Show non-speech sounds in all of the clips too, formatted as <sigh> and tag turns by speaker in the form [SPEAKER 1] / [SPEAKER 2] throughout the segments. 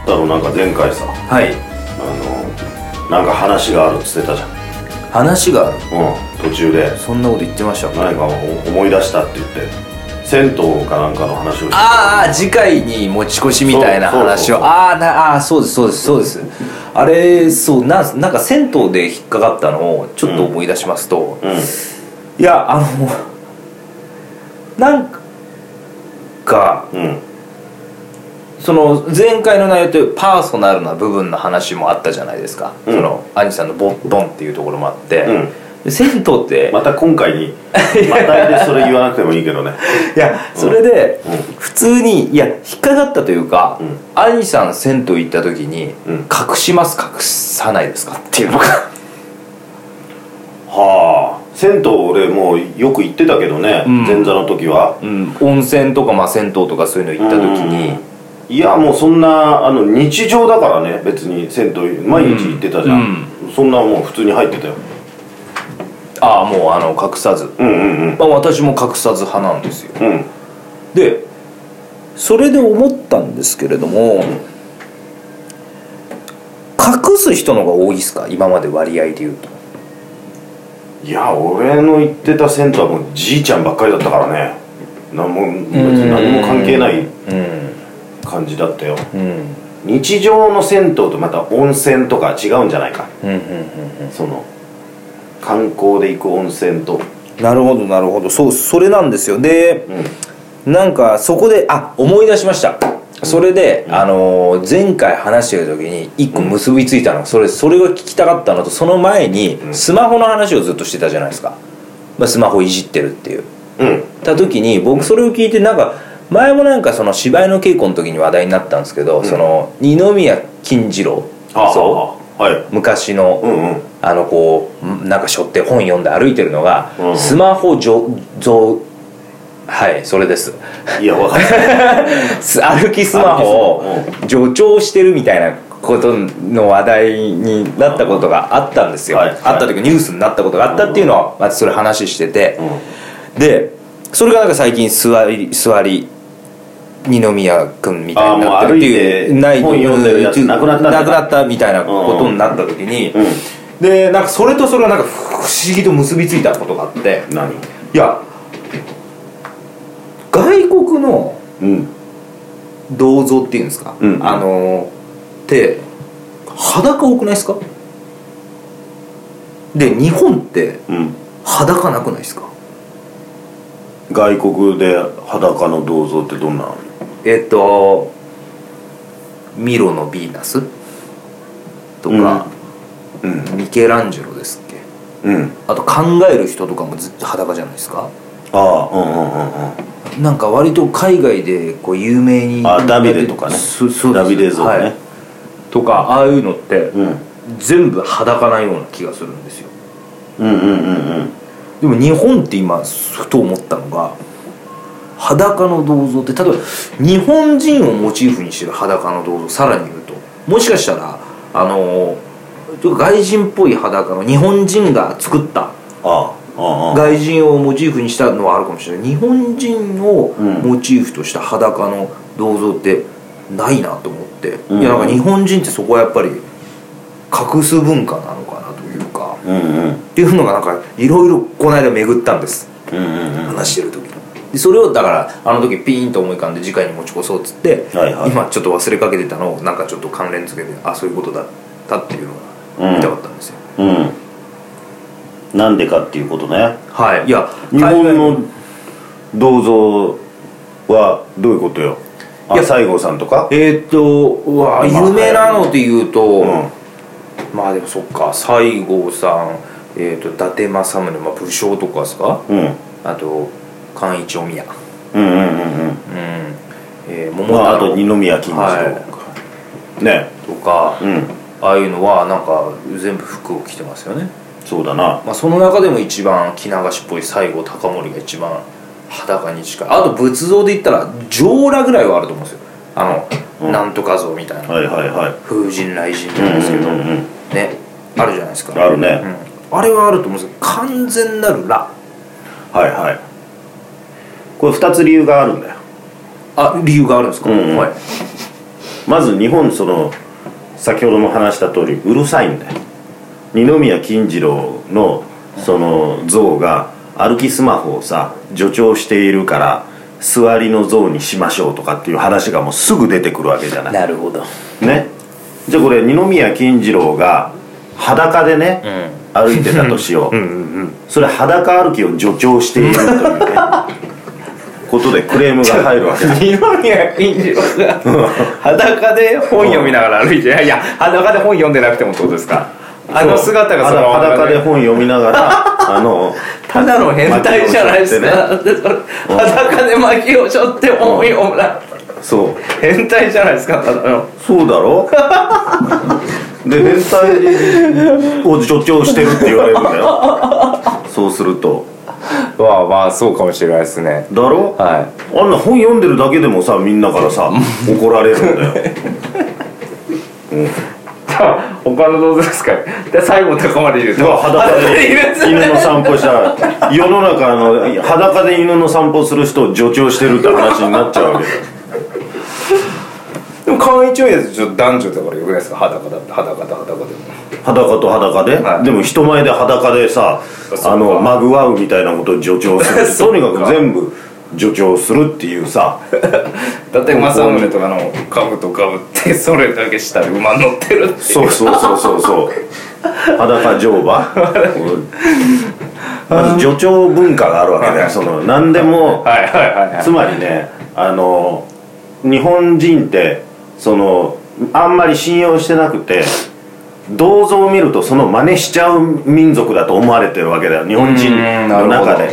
[SPEAKER 1] 太郎なんか前回さ
[SPEAKER 2] はい
[SPEAKER 1] あのなんか話があるっつってたじゃん
[SPEAKER 2] 話がある
[SPEAKER 1] うん途中で
[SPEAKER 2] そんなこと言ってました
[SPEAKER 1] 何か思い出したって言って銭湯かなんかの話をしてた
[SPEAKER 2] ああ次回に持ち越しみたいな話
[SPEAKER 1] そうそうそう
[SPEAKER 2] をあーなあーそうですそうですそうですあれそうなんなんか銭湯で引っかかったのをちょっと思い出しますと、
[SPEAKER 1] うん
[SPEAKER 2] いやあのなんか
[SPEAKER 1] うん
[SPEAKER 2] その前回の内容というパーソナルな部分の話もあったじゃないですか、
[SPEAKER 1] うん
[SPEAKER 2] そのアニさんのボッドンっていうところもあって、
[SPEAKER 1] うん
[SPEAKER 2] で銭湯って、
[SPEAKER 1] また今回にまたでそれ言わなくてもいいけどね
[SPEAKER 2] いやそれで、
[SPEAKER 1] うん
[SPEAKER 2] 普通にいや引っかかったというか、
[SPEAKER 1] うん
[SPEAKER 2] アニさん銭湯行った時に、
[SPEAKER 1] うん
[SPEAKER 2] 隠します隠さないですかっていうのが
[SPEAKER 1] はあ銭湯俺もうよく行ってたけどね、
[SPEAKER 2] うん
[SPEAKER 1] 前座の時は
[SPEAKER 2] うん温泉とか、まあ、銭湯とかそういうの行った時に、
[SPEAKER 1] いやもうそんなあの日常だからね別に銭湯毎日行ってたじゃん、そんなもう普通に入ってたよ
[SPEAKER 2] ああもうあの隠さず、
[SPEAKER 1] うんうんうん
[SPEAKER 2] まあ、私も隠さず派なんですよ
[SPEAKER 1] うん
[SPEAKER 2] でそれで思ったんですけれども隠す人の方が多いですか今まで割合で言うと
[SPEAKER 1] いや俺の行ってた銭湯はもうじいちゃんばっかりだったからねなんも別に何も関係ない感じだったよ
[SPEAKER 2] うんうん
[SPEAKER 1] 日常の銭湯とまた温泉とか違うんじゃないか
[SPEAKER 2] うんうん
[SPEAKER 1] その観光で行く温泉と
[SPEAKER 2] なるほどなるほどそうそれなんですよで
[SPEAKER 1] うん
[SPEAKER 2] なんかそこであ思い出しましたそれで、あのー前回話してる時に一個結びついたのがそれそれが聞きたかったのとその前に
[SPEAKER 1] ん
[SPEAKER 2] スマホの話をずっとしてたじゃないですか、まあ、スマホいじってるっていう
[SPEAKER 1] うん
[SPEAKER 2] った時に僕それを聞いてなんか前もなんかその芝居の稽古の時に話題になったんですけど、その二宮金次郎
[SPEAKER 1] あ
[SPEAKER 2] そう
[SPEAKER 1] あはい
[SPEAKER 2] 昔
[SPEAKER 1] う
[SPEAKER 2] の
[SPEAKER 1] んうん
[SPEAKER 2] あのこうんなんか背負って本読んで歩いてるのが、
[SPEAKER 1] うん
[SPEAKER 2] スマホじょぞはいそれです
[SPEAKER 1] いやわか
[SPEAKER 2] <laughs>
[SPEAKER 1] る
[SPEAKER 2] す歩きスマホを
[SPEAKER 1] 歩き
[SPEAKER 2] 助長してるみたいなことの話題になったことがあったんですよ、
[SPEAKER 1] はい
[SPEAKER 2] あった時ニュースになったことがあったっていうのは、まあ、それ話してて、でそれがなんか最近座り座り二宮君みたいになってるって
[SPEAKER 1] あ
[SPEAKER 2] い
[SPEAKER 1] ーも
[SPEAKER 2] う
[SPEAKER 1] う
[SPEAKER 2] な
[SPEAKER 1] 歩い
[SPEAKER 2] い
[SPEAKER 1] て本読んでるやつなくなったんだ
[SPEAKER 2] なくなったみたいなことになった時に、
[SPEAKER 1] うん
[SPEAKER 2] でなんかそれとそれがなんか不思議と結びついたことがあって
[SPEAKER 1] 何
[SPEAKER 2] いや外国の
[SPEAKER 1] うん
[SPEAKER 2] 銅像っていうんですか、
[SPEAKER 1] うん
[SPEAKER 2] あのーって裸多くないですかで日本って
[SPEAKER 1] うん
[SPEAKER 2] 裸なくないですか
[SPEAKER 1] 外国で裸の銅像ってどんなの
[SPEAKER 2] えっとミロのヴィーナスとか、
[SPEAKER 1] うん
[SPEAKER 2] ミケランジェロですっけ
[SPEAKER 1] うん
[SPEAKER 2] あと考える人とかもずっと裸じゃないですか
[SPEAKER 1] ああうんうんうんうん
[SPEAKER 2] なんか割と海外でこう有名に
[SPEAKER 1] あダビデとかね
[SPEAKER 2] そそうです
[SPEAKER 1] ダビデ像ね
[SPEAKER 2] はいとかああいうのって
[SPEAKER 1] うん
[SPEAKER 2] 全部裸なような気がするんですよ
[SPEAKER 1] うんうんうん
[SPEAKER 2] でも日本って今ふと思ったのが裸の銅像って例えば日本人をモチーフにしてる裸の銅像さらに言うともしかしたらあのちょっと外人っぽい裸の日本人が作った
[SPEAKER 1] ああああ
[SPEAKER 2] 外人をモチーフにしたのはあるかもしれない日本人を
[SPEAKER 1] うん
[SPEAKER 2] モチーフとした裸の銅像ってないなと思って、
[SPEAKER 1] うん
[SPEAKER 2] いやなんか日本人ってそこはやっぱり隠す文化なのかなというか
[SPEAKER 1] うんうん
[SPEAKER 2] っていうのがなんかいろいろこの間巡ったんです
[SPEAKER 1] うんうんうん
[SPEAKER 2] 話してる時でそれをだからあの時ピーンと思い浮かんで次回に持ち越そうっつって、
[SPEAKER 1] はいはい
[SPEAKER 2] 今ちょっと忘れかけてたのをなんかちょっと関連付けてあそういうことだったっていうのが見たかったんですよ、
[SPEAKER 1] うんなんでかっていうことね
[SPEAKER 2] はいいや
[SPEAKER 1] 日本
[SPEAKER 2] 海外
[SPEAKER 1] の銅像はどういうことよあ
[SPEAKER 2] いや
[SPEAKER 1] 西郷さんとか
[SPEAKER 2] えーっとう
[SPEAKER 1] ま
[SPEAKER 2] わ
[SPEAKER 1] あ
[SPEAKER 2] 有名なのでいうと、
[SPEAKER 1] うん
[SPEAKER 2] まあでもそっか西郷さんえー、と伊達政宗、まあ、武将とかですか
[SPEAKER 1] うんうん
[SPEAKER 2] あと寛一お宮うん、
[SPEAKER 1] うんうん
[SPEAKER 2] えー、
[SPEAKER 1] うん
[SPEAKER 2] 桃
[SPEAKER 1] まああ
[SPEAKER 2] 太
[SPEAKER 1] と
[SPEAKER 2] 郎
[SPEAKER 1] 二宮金次郎
[SPEAKER 2] は
[SPEAKER 1] ね
[SPEAKER 2] とか、
[SPEAKER 1] うん
[SPEAKER 2] ああいうのはなんか全部服を着てますよね、
[SPEAKER 1] そうだな
[SPEAKER 2] まあ、その中でも一番着流しっぽい西郷隆盛が一番裸に近いあと仏像で言ったら上裸ぐらいはあると思うんですよあの、
[SPEAKER 1] うん
[SPEAKER 2] なんとか像みたいな、
[SPEAKER 1] はいはいはい
[SPEAKER 2] 風神雷神じゃないですけど、
[SPEAKER 1] うんうんうん
[SPEAKER 2] ねあるじゃないですか
[SPEAKER 1] あるね
[SPEAKER 2] うんあれはあると思うんですけど完全なるラ
[SPEAKER 1] はいはいこれ二つ理由があるんだよ
[SPEAKER 2] あ理由があるんですか、
[SPEAKER 1] うんうん
[SPEAKER 2] はい
[SPEAKER 1] まず日本その先ほども話した通りうるさいんだよ二宮金次郎のその像が歩きスマホをさ助長しているから座りの像にしましょうとかっていう話がもうすぐ出てくるわけじゃない
[SPEAKER 3] なるほど
[SPEAKER 1] ねじゃあこれ二宮金次郎が裸でね、歩いてたとしようそれ裸歩きを助長しているという <laughs> ねことでクレームが入るわけだ
[SPEAKER 3] 二宮金次郎が裸で本読みながら歩いていやいや裸で本読んでなくてもってことですかあの姿がその
[SPEAKER 1] 裸裸で本読みな
[SPEAKER 3] <laughs>
[SPEAKER 1] がらあの
[SPEAKER 3] ただの変態じゃないですか、裸で薪を背負って本を読むな
[SPEAKER 1] そう
[SPEAKER 3] 変態じゃないですかただの
[SPEAKER 1] そうだろ <laughs> で変態を助長してるって言われるんだよそうすると
[SPEAKER 2] まあまあそうかもしれないですね
[SPEAKER 1] だろ
[SPEAKER 2] は
[SPEAKER 1] あんな本読んでるだけでもさみんなからさ怒られる
[SPEAKER 3] <laughs>
[SPEAKER 1] んだよ
[SPEAKER 2] いじゃあ他の動物ですかで最後高まで言う
[SPEAKER 1] うわ
[SPEAKER 2] と
[SPEAKER 1] 裸で
[SPEAKER 3] いるんですね
[SPEAKER 1] 犬の散歩した世の中あの裸で犬の散歩する人を助長してるって話になっちゃうわけだよ
[SPEAKER 2] でも簡易調やつちょっと男女だからよくないですか裸だって裸と裸でも
[SPEAKER 1] 裸と裸で、
[SPEAKER 2] はい
[SPEAKER 1] でも人前で裸でさ
[SPEAKER 2] そうか
[SPEAKER 1] あのまぐわうみたいなことを助長する
[SPEAKER 2] <laughs> そ
[SPEAKER 1] と
[SPEAKER 2] う
[SPEAKER 1] に
[SPEAKER 2] か
[SPEAKER 1] かく全部助長するっていうさ
[SPEAKER 2] だって馬サムネとかの兜かぶってそれだけしたら馬乗ってるっていう
[SPEAKER 1] そうそうそうそうそう裸乗馬
[SPEAKER 2] <laughs>
[SPEAKER 1] まず助長文化があるわけだ
[SPEAKER 2] は
[SPEAKER 1] よ
[SPEAKER 2] い
[SPEAKER 1] その何でも
[SPEAKER 2] はいはいはいはい
[SPEAKER 1] つまりねあの日本人ってそのあんまり信用してなくて銅像を見るとその真似しちゃう民族だと思われてるわけだよ日本人の中で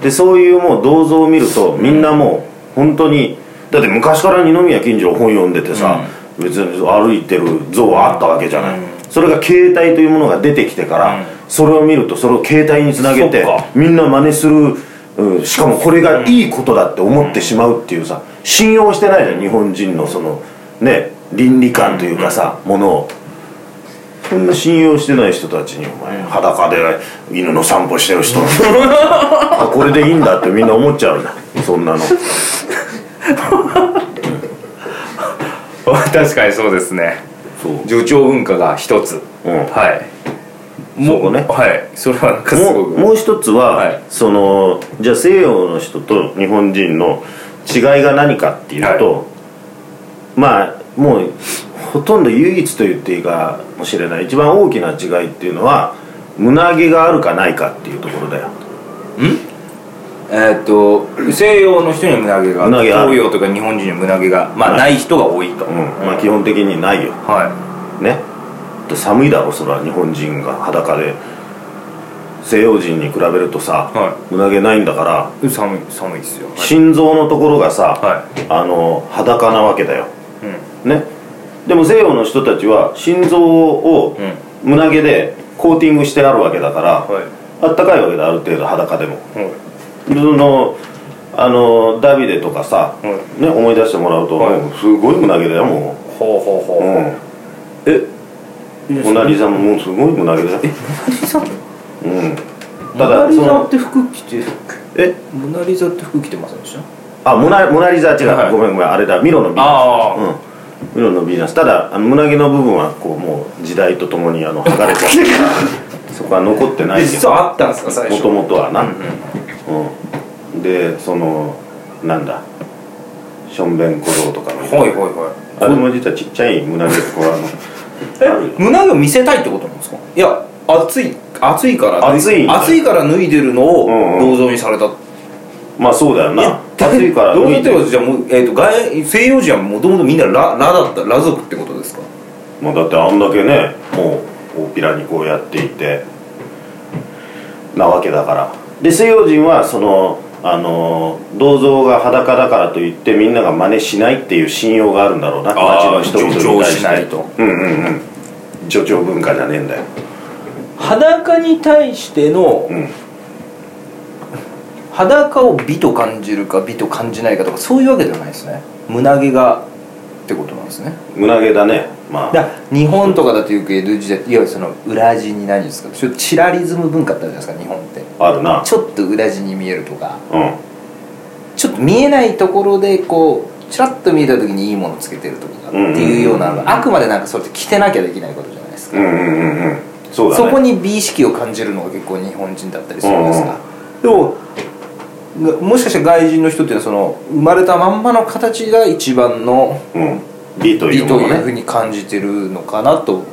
[SPEAKER 1] でそういうもう銅像を見るとみんなもう本当にだって昔から二宮金次郎本読んでてさ、別に歩いてる像はあったわけじゃない、それが携帯というものが出てきてから、それを見るとそれを携帯につなげて
[SPEAKER 2] そっか
[SPEAKER 1] みんな真似する、うん、しかもこれがいいことだって思ってしまうっていうさ信用してないじゃん日本人のそのね倫理観というかさ、ものを。そんな信用してない人たちにお前裸で犬の散歩してる
[SPEAKER 2] <laughs>
[SPEAKER 1] 人あこれでいいんだってみんな思っちゃうんだそんなの
[SPEAKER 2] 確かにそうですね
[SPEAKER 1] そう
[SPEAKER 2] 助長文化が一つ、
[SPEAKER 1] うん
[SPEAKER 2] はい
[SPEAKER 1] そこね
[SPEAKER 2] はいそれはなんかす
[SPEAKER 1] も
[SPEAKER 2] ご
[SPEAKER 1] う
[SPEAKER 2] く
[SPEAKER 1] もう一つは、
[SPEAKER 2] はい
[SPEAKER 1] そのじゃあ西洋の人と日本人の違いが何かっていうと、まあもうほとんど唯一と言っていいかもしれない一番大きな違いっていうのは胸毛があるかないかっていうところだよ
[SPEAKER 2] えーっと西洋の人には胸毛が
[SPEAKER 1] 胸毛ある
[SPEAKER 2] 東洋とか日本人には胸毛がまあない人が多いと、
[SPEAKER 1] うんまあ基本的にないよ
[SPEAKER 2] は
[SPEAKER 1] ねで寒いだろそれは日本人が裸で西洋人に比べるとさ、
[SPEAKER 2] は
[SPEAKER 1] 胸毛ないんだから
[SPEAKER 2] い寒い寒いですよはい
[SPEAKER 1] 心臓のところがさ、
[SPEAKER 2] は
[SPEAKER 1] あの裸なわけだよ
[SPEAKER 2] い、うん
[SPEAKER 1] ねでも西洋の人たちは心臓を胸毛でコーティングしてあるわけだから、
[SPEAKER 2] はい
[SPEAKER 1] あったかいわけだある程度裸でも
[SPEAKER 2] はい
[SPEAKER 1] そのあのダビデとかさ、
[SPEAKER 2] は
[SPEAKER 1] ね、思い出してもらうと、
[SPEAKER 2] はい
[SPEAKER 1] もうすごい胸毛だよも
[SPEAKER 2] ほうほうほ
[SPEAKER 1] う、
[SPEAKER 2] う
[SPEAKER 1] う、
[SPEAKER 2] ほうん
[SPEAKER 1] えモナ・リザももうすごい胸毛だようんただその
[SPEAKER 3] て服着て
[SPEAKER 1] え
[SPEAKER 3] モナ・リザって服着てませんでした
[SPEAKER 1] あモナモナリザは違う、
[SPEAKER 2] はい
[SPEAKER 1] ごめんごめんあれだミロのビーナ
[SPEAKER 2] ああ、
[SPEAKER 1] ス、うん、ミロのビーナスただあの胸毛の部分はこうもう時代とともにあの剥が
[SPEAKER 2] <laughs>
[SPEAKER 1] れちゃってるからそこは残ってないけ
[SPEAKER 2] 実
[SPEAKER 1] ど
[SPEAKER 2] はあったんですか最
[SPEAKER 1] も
[SPEAKER 2] 初
[SPEAKER 1] ともとはな、うんでそのなんだションベン小僧とかの
[SPEAKER 2] はいはいはい
[SPEAKER 1] あれも実はちっちゃい胸毛こうあの
[SPEAKER 2] え胸毛を見せたいってことなんですかいや暑い暑いから
[SPEAKER 1] 暑い
[SPEAKER 2] 暑いから脱いでるのを
[SPEAKER 1] うんうん
[SPEAKER 2] 銅像にされた、
[SPEAKER 1] まあそうだよな
[SPEAKER 2] え
[SPEAKER 1] 暑いから
[SPEAKER 2] 銅
[SPEAKER 1] 脱
[SPEAKER 2] 像っ
[SPEAKER 1] いで
[SPEAKER 2] てことはじゃあもう、えー、と外西洋人はもともとみんなララだったラ族ってことですか
[SPEAKER 1] まあ、だってあんだけねもう大っぴらにこうやっていてなわけだからで西洋人はそのあの銅像が裸だからといってみんなが真似しないっていう信用があるんだろうな街の人々に対して
[SPEAKER 2] 助長しないと
[SPEAKER 1] うんうんうん助長文化じゃねえんだよ
[SPEAKER 3] 裸に対しての、
[SPEAKER 1] うん
[SPEAKER 3] 裸を美と感じるか美と感じないかとかそういうわけではないですね胸毛がってことなんですね
[SPEAKER 1] 胸毛だねま
[SPEAKER 3] だ
[SPEAKER 1] あ
[SPEAKER 3] から日本とかだとよく江戸時代いわゆるその裏地に何ですかちょっとチラリズム文化ってあるじゃないですか日本って
[SPEAKER 1] あるな
[SPEAKER 3] ちょっと裏地に見えるとか
[SPEAKER 1] うん
[SPEAKER 3] ちょっと見えないところでこう
[SPEAKER 2] チラッと見えた時にいいものつけてるとかって
[SPEAKER 1] うんうんうん
[SPEAKER 2] いうようなのがあくまでなんかそれって着てなきゃできないことじゃないですか、
[SPEAKER 1] うんうんうんうんそうだね
[SPEAKER 2] そこに美意識を感じるのが結構日本人だったりするんですが、でもがもしかして外人の人っていうのはその生まれたまんまの形が一番の
[SPEAKER 1] うん美とい
[SPEAKER 2] 美
[SPEAKER 1] う
[SPEAKER 2] と
[SPEAKER 1] もの
[SPEAKER 2] いうふう
[SPEAKER 1] ね
[SPEAKER 2] に感じてるのかなと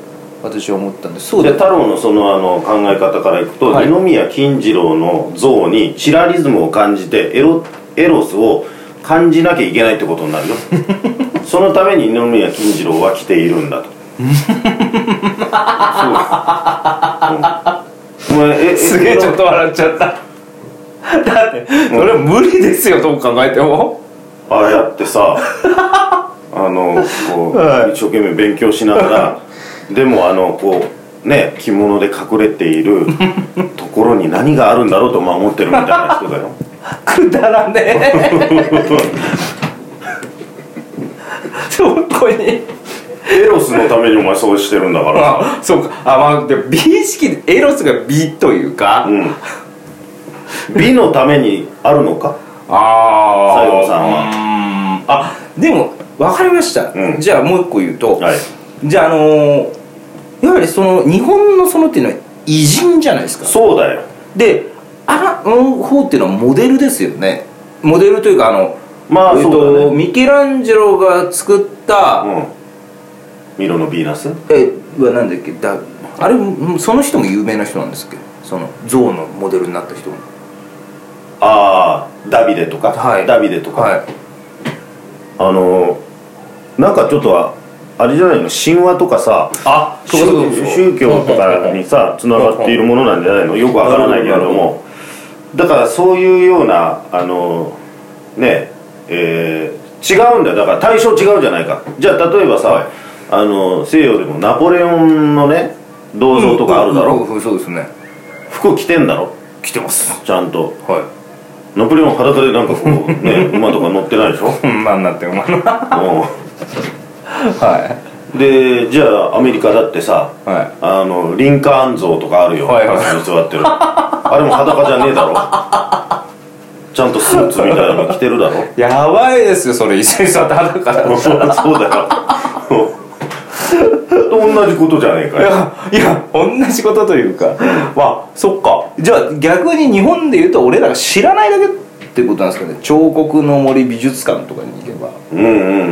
[SPEAKER 2] 私は思ったんですそう
[SPEAKER 1] で
[SPEAKER 2] だ
[SPEAKER 1] 太郎のそのあの考え方からいくと、
[SPEAKER 2] はい
[SPEAKER 1] 二宮金次郎の像にチラリズムを感じてエロエロスを感じなきゃいけないってことになる
[SPEAKER 2] <laughs>
[SPEAKER 1] よそのために二宮金次郎は来ているん
[SPEAKER 2] <laughs>
[SPEAKER 1] だとそうです、うんお前え
[SPEAKER 2] すげえちょっと笑っちゃっただってそれは無理ですよどう考えても
[SPEAKER 1] ああやって
[SPEAKER 2] <laughs>
[SPEAKER 1] さあのこう、
[SPEAKER 2] はい
[SPEAKER 1] 一生懸命勉強しなが
[SPEAKER 2] <laughs>
[SPEAKER 1] らでもあのこうね着物で隠れてい
[SPEAKER 2] <laughs>
[SPEAKER 1] るところに何があるんだろうとまあ思ってるみたいな人だ
[SPEAKER 2] <laughs>
[SPEAKER 1] よ
[SPEAKER 2] くだらね <laughs> えそこに
[SPEAKER 1] エロスのためにお前そうしてるんだからさ
[SPEAKER 2] あそうかあまあでも美意識でエロスが美というか、
[SPEAKER 1] うん美のためにあるのか
[SPEAKER 2] ああ
[SPEAKER 1] 西郷さんは
[SPEAKER 2] はあでも分かりました、
[SPEAKER 1] うん
[SPEAKER 2] じゃあもう一個言うと、
[SPEAKER 1] はい
[SPEAKER 2] じゃああのーいわゆるその日本のそのっていうのは偉人じゃないですか
[SPEAKER 1] そうだよ
[SPEAKER 2] であの方っていうのはモデルですよねモデルというかあの
[SPEAKER 1] まあ
[SPEAKER 2] えっ
[SPEAKER 1] そうだ
[SPEAKER 2] と
[SPEAKER 1] ね
[SPEAKER 2] ミケランジェロが作った、
[SPEAKER 1] うんミロのヴィーナス
[SPEAKER 2] えはなんだっけだあれうんその人も有名な人なんですけどその象のモデルになった人も
[SPEAKER 1] ああダビデとか、
[SPEAKER 2] はい
[SPEAKER 1] ダビデとか、
[SPEAKER 2] はい
[SPEAKER 1] あのなんかちょっとはあれじゃないの神話とかさ
[SPEAKER 2] あ
[SPEAKER 1] 宗宗教とかにさつながっているものなんじゃないのよくわからないけれど
[SPEAKER 2] なる
[SPEAKER 1] もだからそういうようなあのねえー違うんだよだから対象違うじゃないかじゃあ例えばさ、あの西洋でもナポレオンのね銅像とかあるだろ、
[SPEAKER 2] うんうんうんそうですね
[SPEAKER 1] 服着てんだろ
[SPEAKER 2] 来てます
[SPEAKER 1] ちゃんと
[SPEAKER 2] は
[SPEAKER 1] ナポレオン裸でなんかこうね馬とか乗ってないで
[SPEAKER 2] <laughs>
[SPEAKER 1] しょ、
[SPEAKER 2] いまんなんてお前のは
[SPEAKER 1] うん、でじゃあアメリカだってさ
[SPEAKER 2] いは
[SPEAKER 1] あのリンカーン像とかあるよ、
[SPEAKER 2] はいはい
[SPEAKER 1] あそこに座ってるあれも裸じゃねえだろちゃんとスーツみたいなの着てるだろ
[SPEAKER 2] いやばいですよそれ一緒に座ってはるから
[SPEAKER 1] そうだよ同じことじゃねえか
[SPEAKER 2] い
[SPEAKER 1] よ
[SPEAKER 2] やいや同じことというかまあそっかじゃあ逆に日本で言うと俺らが知らないだけってことなんですかね彫刻の森美術館とかに行けば
[SPEAKER 1] うんうんうんうん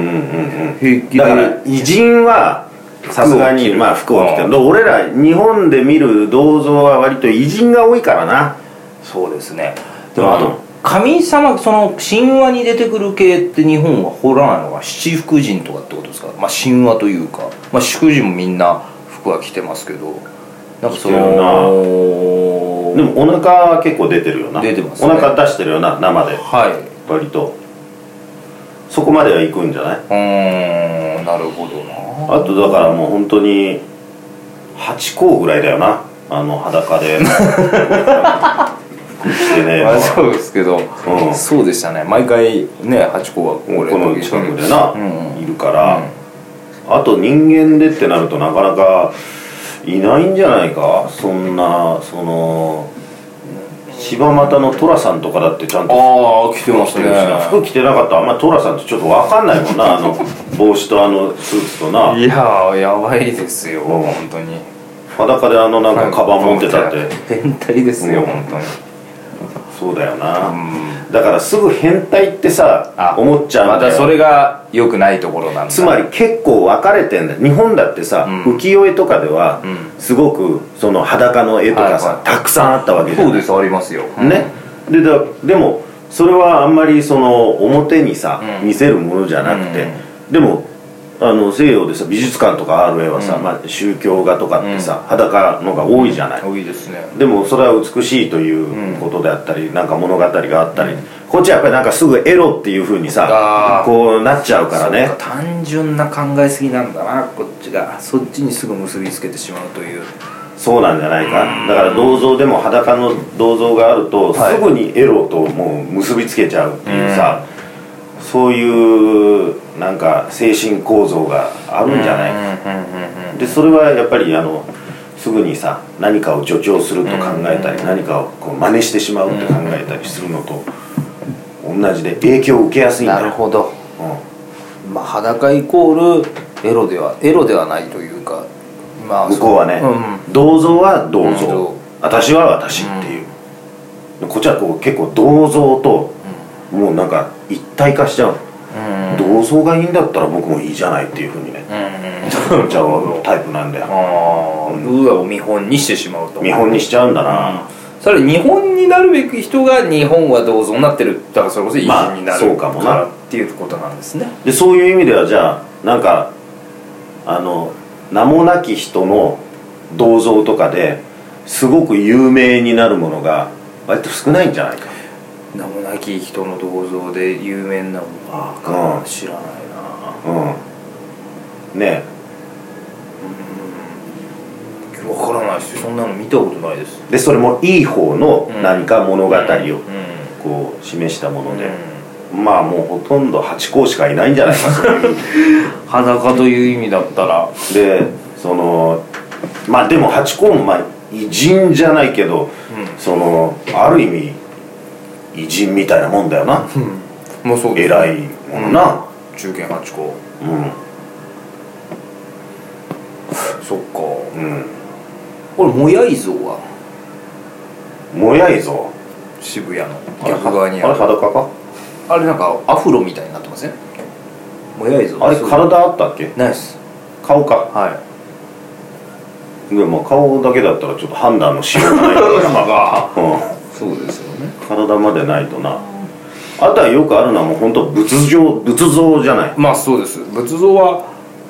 [SPEAKER 2] 平
[SPEAKER 1] うん
[SPEAKER 2] 気
[SPEAKER 1] だから偉人はさすがにまあ服を着てるで俺ら日本で見る銅像は割と偉人が多いからな
[SPEAKER 2] そうですね
[SPEAKER 1] で
[SPEAKER 2] で
[SPEAKER 1] も
[SPEAKER 2] も
[SPEAKER 1] あ
[SPEAKER 2] あ
[SPEAKER 1] と
[SPEAKER 2] と神様その神話に出てくる系って日本は掘らないのが七福神とかってことですかまあ神話というかまあ祝神もみんな服は着てますけどなんかそ
[SPEAKER 1] 着てるな
[SPEAKER 2] の
[SPEAKER 1] でもお腹は結構出てるよな
[SPEAKER 2] 出てます
[SPEAKER 1] お
[SPEAKER 2] ね
[SPEAKER 1] 腹出してるよな生で
[SPEAKER 2] はい
[SPEAKER 1] 割とそこまでは行くんじゃないう
[SPEAKER 2] ーんなるほど
[SPEAKER 1] あ
[SPEAKER 2] な
[SPEAKER 1] とだからもう本当に8校ぐらいだよなあの裸
[SPEAKER 2] <laughs>
[SPEAKER 1] で服着てね
[SPEAKER 2] まあそうですけど、
[SPEAKER 1] ん
[SPEAKER 2] そうでしたね毎回ねハチ公はこれ
[SPEAKER 1] この近くでな、
[SPEAKER 2] うんうん
[SPEAKER 1] いるから、あと人間でってなるとなかなかいないんじゃないかそんなその柴又の寅さんとかだってちゃんと
[SPEAKER 2] ああ来てま
[SPEAKER 1] 着
[SPEAKER 2] す
[SPEAKER 1] て
[SPEAKER 2] ね
[SPEAKER 1] るしな服着てなかったらあんまり寅さんってちょっと分かんないもんなあの帽子とあのスーツとない
[SPEAKER 2] やーやばいですよ、
[SPEAKER 1] ん
[SPEAKER 2] 本当に
[SPEAKER 1] 裸であのなんかカバン持ってたって
[SPEAKER 2] 変態ですよ、
[SPEAKER 1] うん
[SPEAKER 2] 本当に
[SPEAKER 1] そうだよな、
[SPEAKER 2] うん
[SPEAKER 1] だからすぐ変態ってさ
[SPEAKER 2] あ
[SPEAKER 1] 思っちゃうん
[SPEAKER 2] ま
[SPEAKER 1] だよ
[SPEAKER 2] たそれが良くないところなんだ
[SPEAKER 1] つまり結構分かれてんだよ日本だってさ、
[SPEAKER 2] うん
[SPEAKER 1] 浮世絵とかでは、
[SPEAKER 2] うん
[SPEAKER 1] すごくその裸の絵とかさ、
[SPEAKER 2] はいはい
[SPEAKER 1] たくさんあったわけじゃ
[SPEAKER 2] そ
[SPEAKER 1] ん
[SPEAKER 2] うですありますよ、
[SPEAKER 1] ねでだでもそれはあんまりその表にさ、
[SPEAKER 2] うん
[SPEAKER 1] 見せるものじゃなくて、でもあの西洋でさ美術館とかある絵はさ、
[SPEAKER 2] うん
[SPEAKER 1] まあ、宗教画とかってさ、裸のが多いじゃない、
[SPEAKER 2] 多いですね
[SPEAKER 1] でもそれは美しいということであったり、なんか物語があったり、こっちはやっぱりなんかすぐエロっていうふうにさ
[SPEAKER 2] あー
[SPEAKER 1] こうなっちゃうからね
[SPEAKER 2] そうか単純な考えすぎなんだなこっちがそっちにすぐ結びつけてしまうという
[SPEAKER 1] そうなんじゃないかだから銅像でも裸の銅像があると、
[SPEAKER 2] はい
[SPEAKER 1] すぐにエロともう結びつけちゃうっていうさ、そういうなんか精神構造があるんじゃないか、でそれはやっぱりあのすぐにさ何かを助長すると考えたり、何かをこう真似してしまうって考えたりするのと同じで影響を受けやすいんだ
[SPEAKER 2] な
[SPEAKER 1] よ
[SPEAKER 2] るほど
[SPEAKER 1] うん
[SPEAKER 2] まあ、裸イコールエロではエロではないというかまあ
[SPEAKER 1] 向こうはね、
[SPEAKER 2] う
[SPEAKER 1] 銅像は銅
[SPEAKER 2] うん
[SPEAKER 1] 像、
[SPEAKER 2] 銅
[SPEAKER 1] 私は私っていう、こっちはこう結構銅像ともうなんか一体化しちゃう、
[SPEAKER 2] うん
[SPEAKER 1] 銅像がいいんだったら僕もいいじゃないっていうふうにね
[SPEAKER 2] うん
[SPEAKER 1] 思っちゃうタイプなんで
[SPEAKER 2] ああうわを見本にしてしまうと
[SPEAKER 1] 見本にしちゃうんだな、
[SPEAKER 2] それ日本になるべき人が日本はどうぞになってるだからそれこそ移
[SPEAKER 1] まあ
[SPEAKER 2] 民にな
[SPEAKER 1] そう
[SPEAKER 2] る
[SPEAKER 1] かもな
[SPEAKER 2] からっていうことなんですね、
[SPEAKER 1] でそういう意味ではじゃあなんかあの名もなき人の銅像とかですごく有名になるものが割と少ないんじゃないか
[SPEAKER 2] 名もなき人の銅像で有名なの
[SPEAKER 1] う
[SPEAKER 2] か
[SPEAKER 1] ん
[SPEAKER 2] 知らないな
[SPEAKER 1] うんね
[SPEAKER 2] 分からないしそんなの見たことないです
[SPEAKER 1] えでそれもいい方の
[SPEAKER 2] うん
[SPEAKER 1] 何か物語を
[SPEAKER 2] う
[SPEAKER 1] こう示したもの
[SPEAKER 2] ん
[SPEAKER 1] で、まあもうほとんど8校しかいないんじゃないか
[SPEAKER 2] <laughs>
[SPEAKER 1] それ
[SPEAKER 2] 裸という意味だったら
[SPEAKER 1] でそのまあでも8校もまあ偉人じゃないけど、
[SPEAKER 2] ん
[SPEAKER 1] そのある意味偉人みたいなもんだよな
[SPEAKER 2] もうそうです
[SPEAKER 1] 偉いもんな
[SPEAKER 2] 中堅八高
[SPEAKER 1] うん
[SPEAKER 2] そっか
[SPEAKER 1] うん
[SPEAKER 2] これもやい像は
[SPEAKER 1] もやいぞ
[SPEAKER 2] 渋谷の
[SPEAKER 1] あれ
[SPEAKER 2] 逆側に
[SPEAKER 1] あ
[SPEAKER 2] あ
[SPEAKER 1] れ
[SPEAKER 2] るあれ
[SPEAKER 1] 裸か
[SPEAKER 2] なんかアフロみたいになってませんもやい像
[SPEAKER 1] あれ体あったっけ
[SPEAKER 2] ないっす
[SPEAKER 1] 顔か
[SPEAKER 2] はい
[SPEAKER 1] でも顔だけだったらちょっと判断のしようがないから <laughs> うん
[SPEAKER 2] そうですよね
[SPEAKER 1] 体までないとなあとはよくあるのはもう本当仏像仏像じゃない
[SPEAKER 2] まあそうです仏像は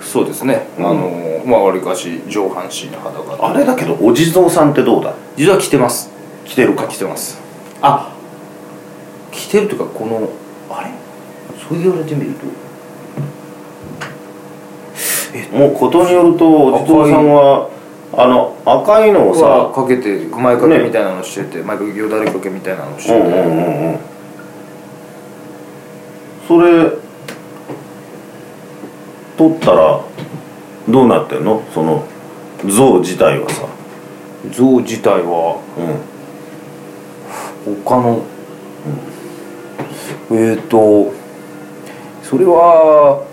[SPEAKER 2] そうですね、
[SPEAKER 1] うん
[SPEAKER 2] あのまあわりかし上半身裸で
[SPEAKER 1] あれだけどお地蔵さんってどうだ
[SPEAKER 2] 実は着てます
[SPEAKER 1] 着てるか
[SPEAKER 2] 着てますあ着てるというかこのあれそう言われてみると
[SPEAKER 1] もうことによるとお地蔵さんはあの赤いのを
[SPEAKER 2] は
[SPEAKER 1] さ
[SPEAKER 2] かけて前掛
[SPEAKER 1] ね
[SPEAKER 2] けみたいなのしてて、前掛けよだれ掛けみたいなのして
[SPEAKER 1] う
[SPEAKER 2] て、
[SPEAKER 1] んうんうんうんそれ取ったらどうなってんのその像自体はさ
[SPEAKER 2] 像自体は
[SPEAKER 1] う
[SPEAKER 2] 他の、えっ、ー、とそれは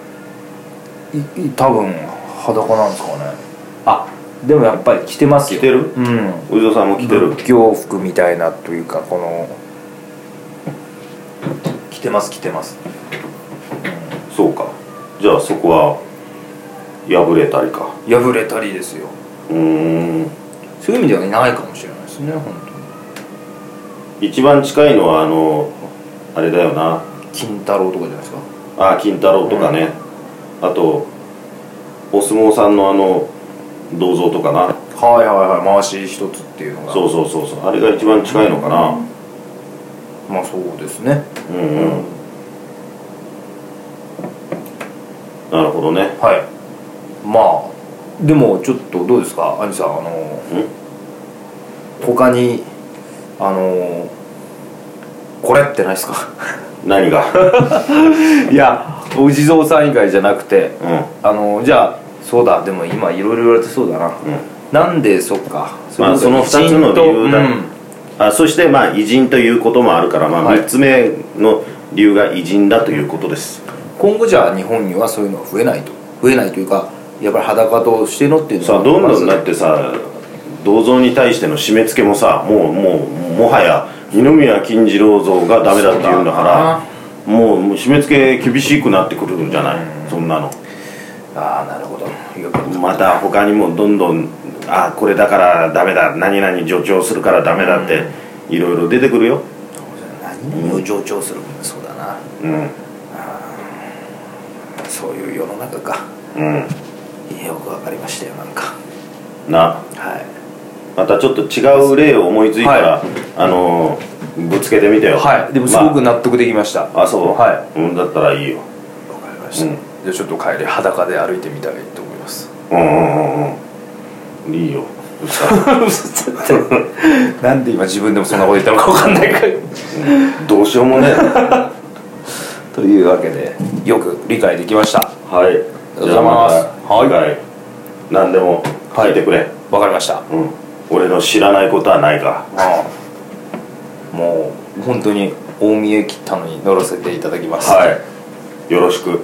[SPEAKER 2] いい多分裸なんですかねあでもやっぱり着てますよ
[SPEAKER 1] 着てる
[SPEAKER 2] うん
[SPEAKER 1] んお地蔵さんも着てる
[SPEAKER 2] 仏教服みたいなというかこの着てます着てます
[SPEAKER 1] そうかじゃあそこは破れたりか
[SPEAKER 2] 破れたりですよ
[SPEAKER 1] うーん
[SPEAKER 2] そういう意味ではいないかもしれないですね本
[SPEAKER 1] 一番近いのはあのあれだよな
[SPEAKER 2] 当に金太郎とかじゃないですか
[SPEAKER 1] あ金太郎とかね、あとお相撲さんのあの銅像とかな
[SPEAKER 2] はいはいはい回し一つっていうのが
[SPEAKER 1] そうそうそうそうあれが一番近いのかな
[SPEAKER 2] まあそうですね
[SPEAKER 1] うんうん、なるほどね
[SPEAKER 2] はいまあでもちょっとどうですか兄さんあの
[SPEAKER 1] ん
[SPEAKER 2] 他にあのこれってないですか <laughs>
[SPEAKER 1] 何が
[SPEAKER 2] いやお地蔵さん以外じゃなくて
[SPEAKER 1] うんうん
[SPEAKER 2] あのじゃあそうだでも今いろいろ言われてそうだな、なんでそっか
[SPEAKER 1] まあその二つの理由だあそしてまあ偉人ということもあるから、まあ、
[SPEAKER 2] はい
[SPEAKER 1] 3つ目の理由が偉人だということです、
[SPEAKER 2] 今後じゃあ日本にはそういうのは増えないと増えないというかやっぱり裸としてのっていうの
[SPEAKER 1] さ
[SPEAKER 2] は
[SPEAKER 1] あどんどんだ
[SPEAKER 2] ま
[SPEAKER 1] っ
[SPEAKER 2] ず
[SPEAKER 1] てさ銅像に対しての締め付けもさもうもうもはや二宮金次郎像がダメだって言うんだからもうもう締め付け厳しくなってくるんじゃないそんなの
[SPEAKER 2] ああなるほどよく
[SPEAKER 1] また他にもどんどんあこれだからダメだ何々助長するからダメだっていろいろ出てくるよ
[SPEAKER 2] 何を助長するそうだな
[SPEAKER 1] うん
[SPEAKER 2] そういう世の中か
[SPEAKER 1] うん
[SPEAKER 2] よくわかりましたよなんか
[SPEAKER 1] な
[SPEAKER 2] はい
[SPEAKER 1] またちょっと違う例を思いついたら、あのーぶつけてみてよ
[SPEAKER 2] はいでもすごく納得できました、
[SPEAKER 1] まあ、あそう
[SPEAKER 2] は
[SPEAKER 1] うんだったらいいよ
[SPEAKER 2] わかりました、
[SPEAKER 1] うん
[SPEAKER 2] じゃあちょっと帰り裸で歩いてみたらいいと思います
[SPEAKER 1] うんうんうんうんいいよそしたら
[SPEAKER 2] なんで今自分でもそんなこと言ったのかわかんないから
[SPEAKER 1] どうしようもね
[SPEAKER 2] <laughs> というわけでよく理解できました
[SPEAKER 1] はい
[SPEAKER 2] りがとうございます
[SPEAKER 1] じゃあまた
[SPEAKER 2] は
[SPEAKER 1] はい何でも聞いてくれ、
[SPEAKER 2] わかりました
[SPEAKER 1] うん、俺の知らないことはないか
[SPEAKER 2] ああもう本当に大見え切ったのに乗らせていただきます
[SPEAKER 1] はいよろしく